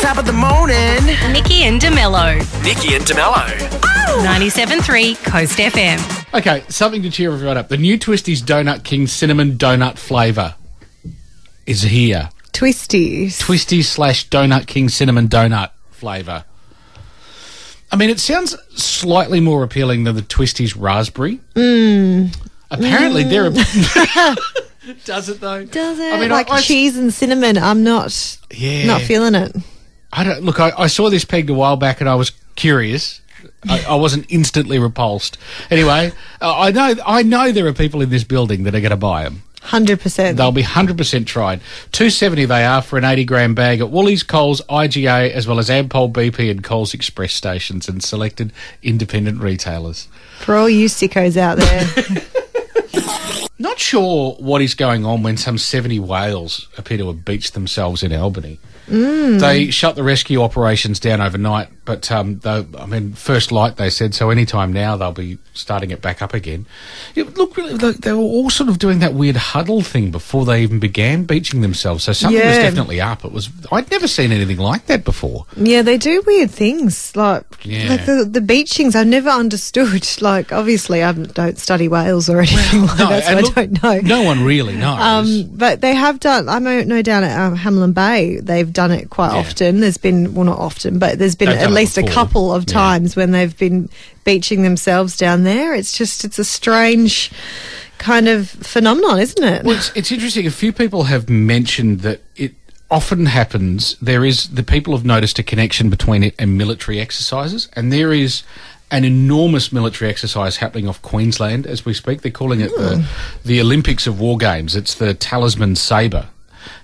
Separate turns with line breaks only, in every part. top of the morning.
Nikki and DeMello, Oh!
Nikki and DeMello.
97.3 Coast FM.
Okay, something to cheer everyone up. The new Twisties Donut King cinnamon donut flavour is here.
Twisties.
Twisties slash Donut King cinnamon donut flavour. I mean, it sounds slightly more appealing than the Twisties raspberry. Mm. Apparently, they're. Hmm. Does it though?
Does it?
I mean,
like
I- I-
cheese and cinnamon. I'm not
Yeah.
not feeling it.
I don't look. I, I saw this pegged a while back, and I was curious. I, I wasn't instantly repulsed. Anyway, uh, I know. I know there are people in this building that are going to buy them.
100%.
They'll be 100% tried. 270 they are for an 80 gram bag at Woolies, Coles, IGA, as well as Ampol, BP, and Coles Express stations and selected independent retailers.
For all you sickos out there.
Not sure what is going on when some 70 whales appear to have beached themselves in Albany.
Mm.
They shut the rescue operations down overnight, but um, though I mean, first light they said, so anytime now they'll be starting it back up again. It, look, really, they, they were all sort of doing that weird huddle thing before they even began beaching themselves. So something was
Yeah.
definitely up. It was I'd never seen anything like that before.
Yeah, they do weird things like
Yeah.
like the, the beachings. I've never understood. Like, obviously, I don't study whales or anything. like that, so
and
I
look,
don't know.
No one really knows.
Um, but they have done. I know, know down at um, Hamlin Bay, they've done it quite
Yeah.
often. There's been well, not often, but there's been
They've
at
done it
least a
before.
couple of
Yeah.
times when they've been beaching themselves down there. It's just it's a strange kind of phenomenon, isn't it?
Well, it's, it's interesting. A few people have mentioned that it often happens. There is the people have noticed a connection between it and military exercises, and there is an enormous military exercise happening off Queensland as we speak. They're calling it the
Hmm.
the Olympics of War Games. It's the Talisman Sabre,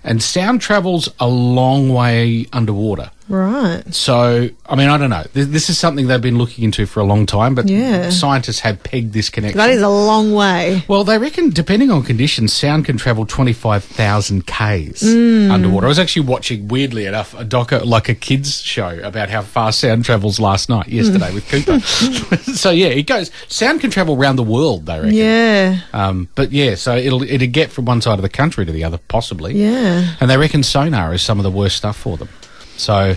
and sound travels a long way underwater.
right.
So, I mean, I don't know. Th- This is something they've been looking into for a long time, but
Yeah.
scientists have pegged this connection.
That is a long way.
Well, they reckon, depending on conditions, sound can travel 25,000 Ks underwater. I was actually watching, weirdly enough, a doco, like a kids' show about how far sound travels last night, yesterday with Cooper. so, yeah, it goes, sound can travel around the world, they reckon.
Yeah.
Um, but yeah, so it'll it'll get from one side of the country to the other, possibly.
Yeah.
And they reckon sonar is some of the worst stuff for them. So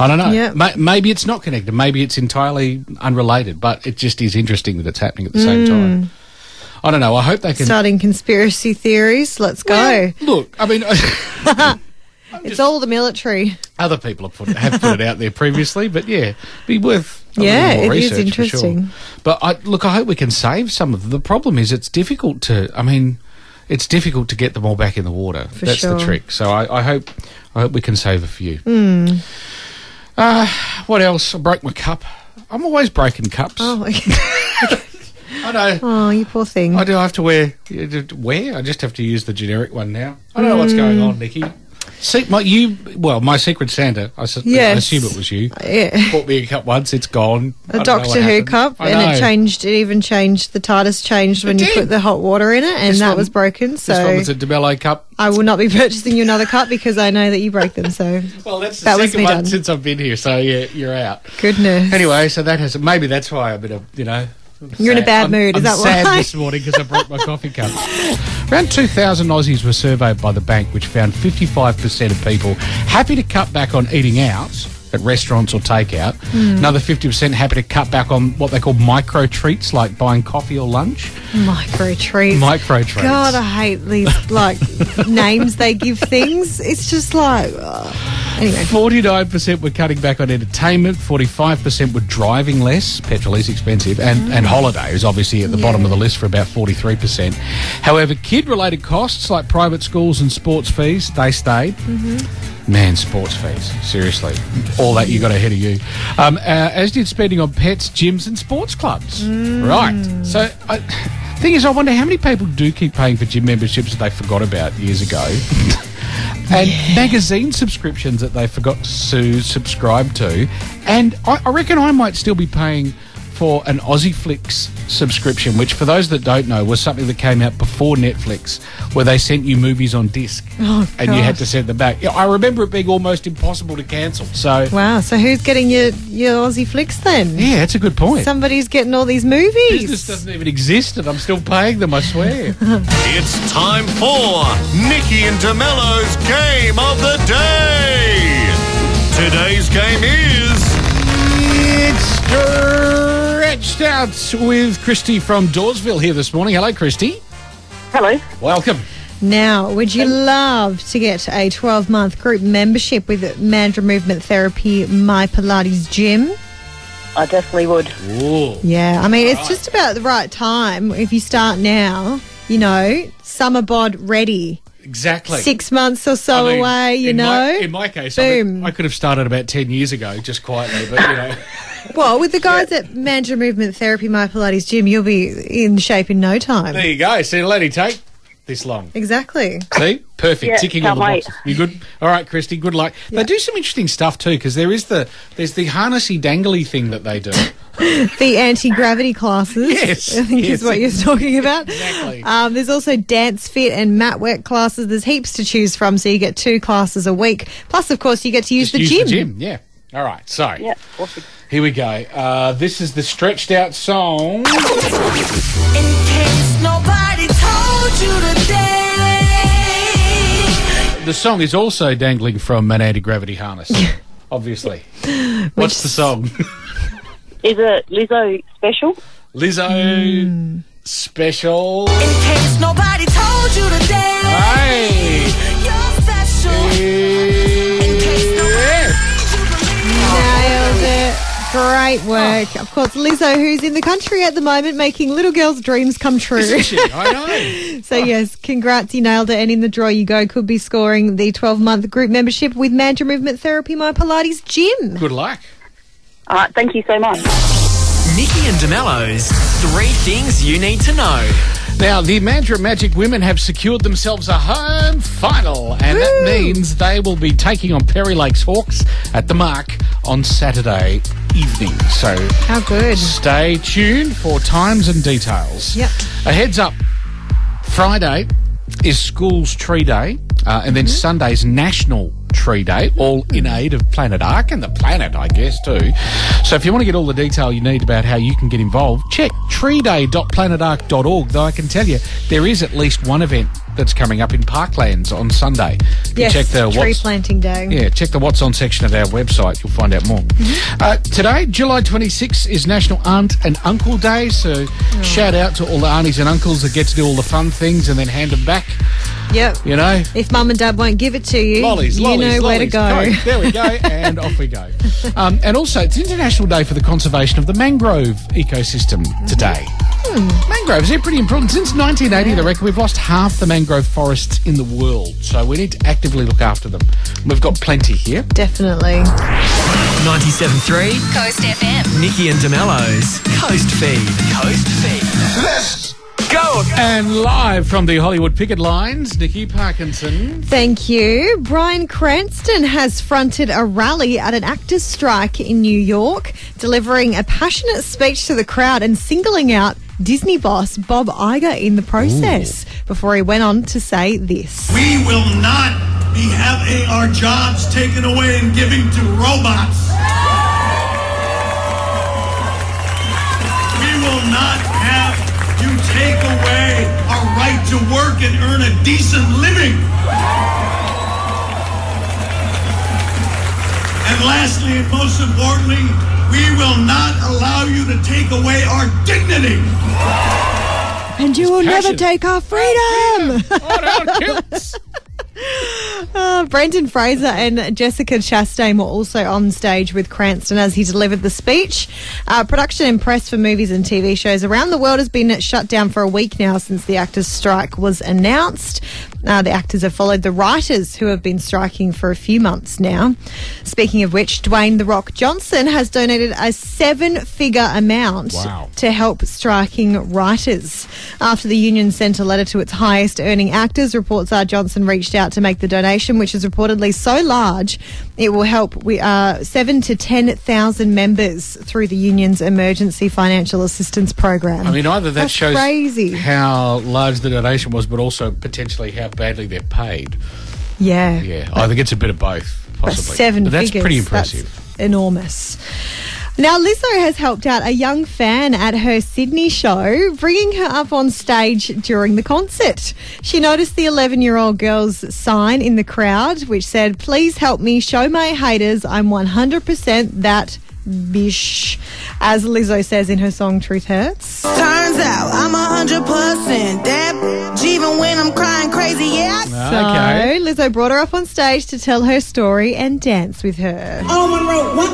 I don't know.
Yeah.
Ma- maybe it's not connected. Maybe it's entirely unrelated. But it just is interesting that it's happening at the
Hmm.
same time. I don't know. I hope they can.
Starting conspiracy theories. Let's go.
Well, Look, I mean,
It's all the military.
other people have put, have put it out there previously, but yeah, be worth. A little
Yeah,
more
it is
research for sure.
interesting.
But I, look, I hope we can save some of them. The problem is it's difficult to. I mean, it's difficult to get them all back in the water. That's the
sure.
trick. So I, I hope, I hope we can save a few.
Hmm.
Uh, what else? I broke my cup. I'm always breaking cups.
Oh, okay.
I know.
oh you poor thing.
I do have to wear. you did- Wear? I just have to use the generic one now. I don't know
Hmm.
what's going on, Nikki. See, my you. Well, my secret Santa. I, su- I
Yes.
assume it was you.
yeah.
Bought me a cup once. It's gone. I
A
don't know what
Doctor Who
happened.
cup,
I
and it
know.
changed. It even changed. The TARDIS changed when
did.
you put the hot water in it, and
This
that
one-
was broken.
This one
So
was a Demello cup.
I will not be purchasing you another cup because I know that you break them. So
Well, that's the
That was
second
me
one
done.
since I've been here. So yeah, you're out.
goodness.
Anyway, so that has maybe that's why I'm in a you know.
You're in a
sad-
bad
I'm-
mood, is
I'm
that
sad
why?
this morning because I broke my coffee cup. Around 2,000 Aussies were surveyed by the bank, which found 55% of people happy to cut back on eating out at restaurants or takeout.
Hmm.
Another 50% happy to cut back on what they call micro treats, like buying coffee or lunch.
micro treats.
Micro treats.
God, I hate these like names they give things. It's just like uh, anyway.
49% were cutting back on entertainment, 45% were driving less, petrol is expensive, and, and holidays, obviously, at the bottom of the list for about 43%. However, kid related costs like private schools and sports fees, they stayed. Man, sports fees, seriously. All that you got ahead of you. Um, uh, as did spending on pets, gyms, and sports clubs. Right. So, I, thing is, I wonder how many people do keep paying for gym memberships that they forgot about years ago. and magazine subscriptions that they forgot to subscribe to. And I, I reckon I might still be paying for an Aussie Flix subscription, which, for those that don't know, was something that came out before Netflix, where they sent you movies on disc and you had
gosh.
to send them back. Yeah, I remember it being almost impossible to cancel. So,
Wow. So who's getting your your Aussie flicks then?
yeah, that's a good point.
Somebody's getting all these movies.
Business doesn't even exist, and I'm still paying them. I swear.
It's time for Nikki and DeMello's Game of the Day. Today
Washed Out with Christy from Dawesville here this morning. Hello, Christy.
Hello.
Welcome.
Now, would you love to get a 12 month group membership with Mandra Movement Therapy My Pilates Gym?
I definitely would.
Ooh.
Yeah, I mean, it's just about the right time. If you start now, you know, summer bod ready,
Exactly.
six months or so
I mean,
away, you
in
know?
my- in my case,
Boom.
I, I could have started about 10 years ago, just quietly, but you know.
well, with the guys at Mandra Movement Therapy My Pilates Gym, you'll be in shape in no time.
there you go. See, lady, take this long.
Exactly.
See, perfect,
Yeah,
ticking all
can't
the
wait.
boxes. You good? All right, Christy. Good luck. They do some interesting stuff too, because there is the there's the harnessy dangly thing that they do.
The anti gravity classes,
Yes,
I think
yes.
is what you're talking about.
Exactly.
Um, there's also dance fit and mat work classes. There's heaps to choose from, so you get two classes a week. Plus, of course, you get to use,
Just
the,
use
gym.
the gym. Yeah. All right. So
Yeah. Awesome.
here we go. Uh, this is the stretched out song.
In case nobody told you today.
The song is also dangling from an anti gravity harness. Obviously. What's the song?
Is it Lizzo special?
Lizzo special.
In case nobody told you today.
Hey.
You're special. In case nobody
Yeah.
Nailed it. Great work. Of course, Lizzo, who's in the country at the moment making little girls' dreams come true.
I know.
so, yes, congrats, you nailed it. And in the draw you go, could be scoring the 12 month group membership with Mantra Movement Therapy My Pilates Gym.
Good luck.
All right. Thank you so much.
Nikki and DeMello's three things you need to know.
Now, the Mandra Magic women have secured themselves a home final, and that means they will be taking on Perry Lakes Hawks at the mark on Saturday evening. So
How good.
stay tuned for times and details.
Yep.
A heads up Friday is School's Tree Day, uh, and then
Mm-hmm.
Sunday's National Tree Day, all in
Mm.
aid of Planet Ark and the planet, I guess, too. So if you want to get all the detail you need about how you can get involved, check treeday.planetark.org, though I can tell you there is at least one event that's coming up in Parklands on Sunday. You can
Yes,
check the
tree
what's-
planting day.
yeah, check the What's On section of our website. You'll find out more.
Mm-hmm.
Uh, today, July 26th, is National Aunt and Uncle Day. So,
Mm.
shout out to all the aunties and uncles that get to do all the fun things and then hand them back.
Yep.
You know,
If mum and dad won't give it to you,
lollies,
you
lollies,
know where to
lollies.
go.
Coke. There we go, and off we go. Um, and also, it's International Day for the Conservation of the Mangrove Ecosystem today.
Mm-hmm. Hmm.
Mangroves, they're pretty important. Since 1980, they reckon we've lost half the mangrove forests in the world. So we need to actively look after them. We've got plenty here.
Definitely.
97.3,
Coast FM.
Nikki and DeMello's Coast Feed. Coast Feed. Let's go.
And live from the Hollywood picket lines, Nikki Parkinson.
Thank you. Brian Cranston has fronted a rally at an actors' strike in New York, delivering a passionate speech to the crowd and singling out Disney boss Bob Iger in the process before he went on to say this.
We will not be having our jobs taken away and given to robots. We will not have you take away our right to work and earn a decent living. And lastly, and most importantly, we will not allow you to take away our dignity.
And you will never
passion.
take our freedom! Uh, Brendan Fraser and Jessica Chastain were also on stage with Cranston as he delivered the speech. Uh, production and press for movies and TV shows around the world has been shut down for a week now since the actors' strike was announced. Uh, the actors have followed the writers who have been striking for a few months now. Speaking of which, Dwayne The Rock Johnson has donated a seven figure amount
Wow.
to help striking writers. After the union sent a letter to its highest earning actors, reports are Johnson reached out to make the donation, which is reportedly so large it will help we, uh, seven to 10,000 members through the union's emergency financial assistance program.
I mean, either that
That's
shows
crazy.
how large the donation was, but also potentially how badly they're paid.
yeah.
Yeah, I think it's a bit of both,
But
possibly.
Seven
but that's
figures.
pretty impressive.
That's enormous. Now, Lizzo has helped out a young fan at her Sydney show, bringing her up on stage during the concert. She noticed the 11 year old girl's sign in the crowd, which said, Please help me show my haters I'm 100% that bish, as Lizzo says in her song Truth Hurts.
Turns out I'm a hundred percent that bitch, even when I'm crying crazy. Yeah.
Ah, okay.
So Lizzo brought her up on stage to tell her story and dance with her.
Oh, Monroe, what?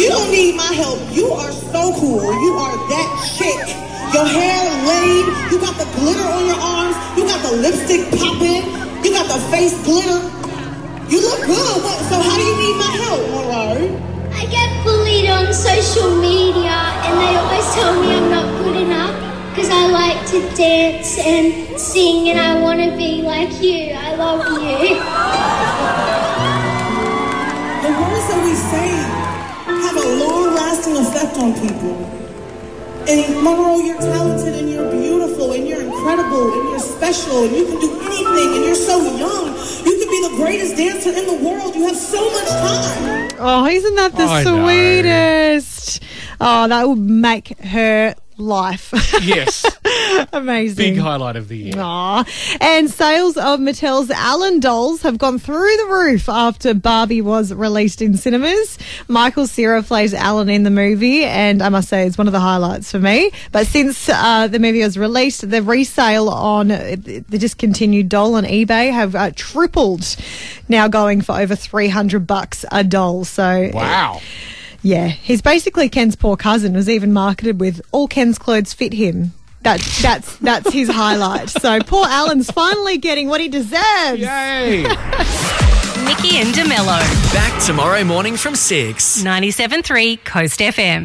You don't need my help. You are so cool. You are that chick. Your hair laid. You got the glitter on your arms. You got the lipstick popping. You got the face glitter. You look good. What? So how do you need my help, Monroe?
I get bullied on social media and they always tell me I'm not good enough because I like to dance and sing and I want to be like you. I love you.
The words that we say have a long-lasting effect on people. And Monroe, you're talented and you're beautiful and you're incredible and you're special and you can do anything and you're so young. You can be the greatest dancer in the world. You have so much time.
Oh, isn't that the
I know.
sweetest? Oh, that would make her life
Yes.
amazing. Oh.
Big highlight of the year.
Aw. Ah. And sales of Mattel's Allen dolls have gone through the roof after Barbie was released in cinemas. Michael Cera plays Allen in the movie, and I must say it's one of the highlights for me. But since uh, the movie was released, the resale on uh, the discontinued doll on eBay have uh, tripled, now going for over 300 bucks a doll. So
Wow.
yeah, he's basically Ken's poor cousin. Was even marketed with all Ken's clothes fit him. That, that's that's his highlight. So poor Alan's finally getting what he deserves.
Yay.
Nikki and DeMello.
Back tomorrow morning from 6.
97.3 Coast FM.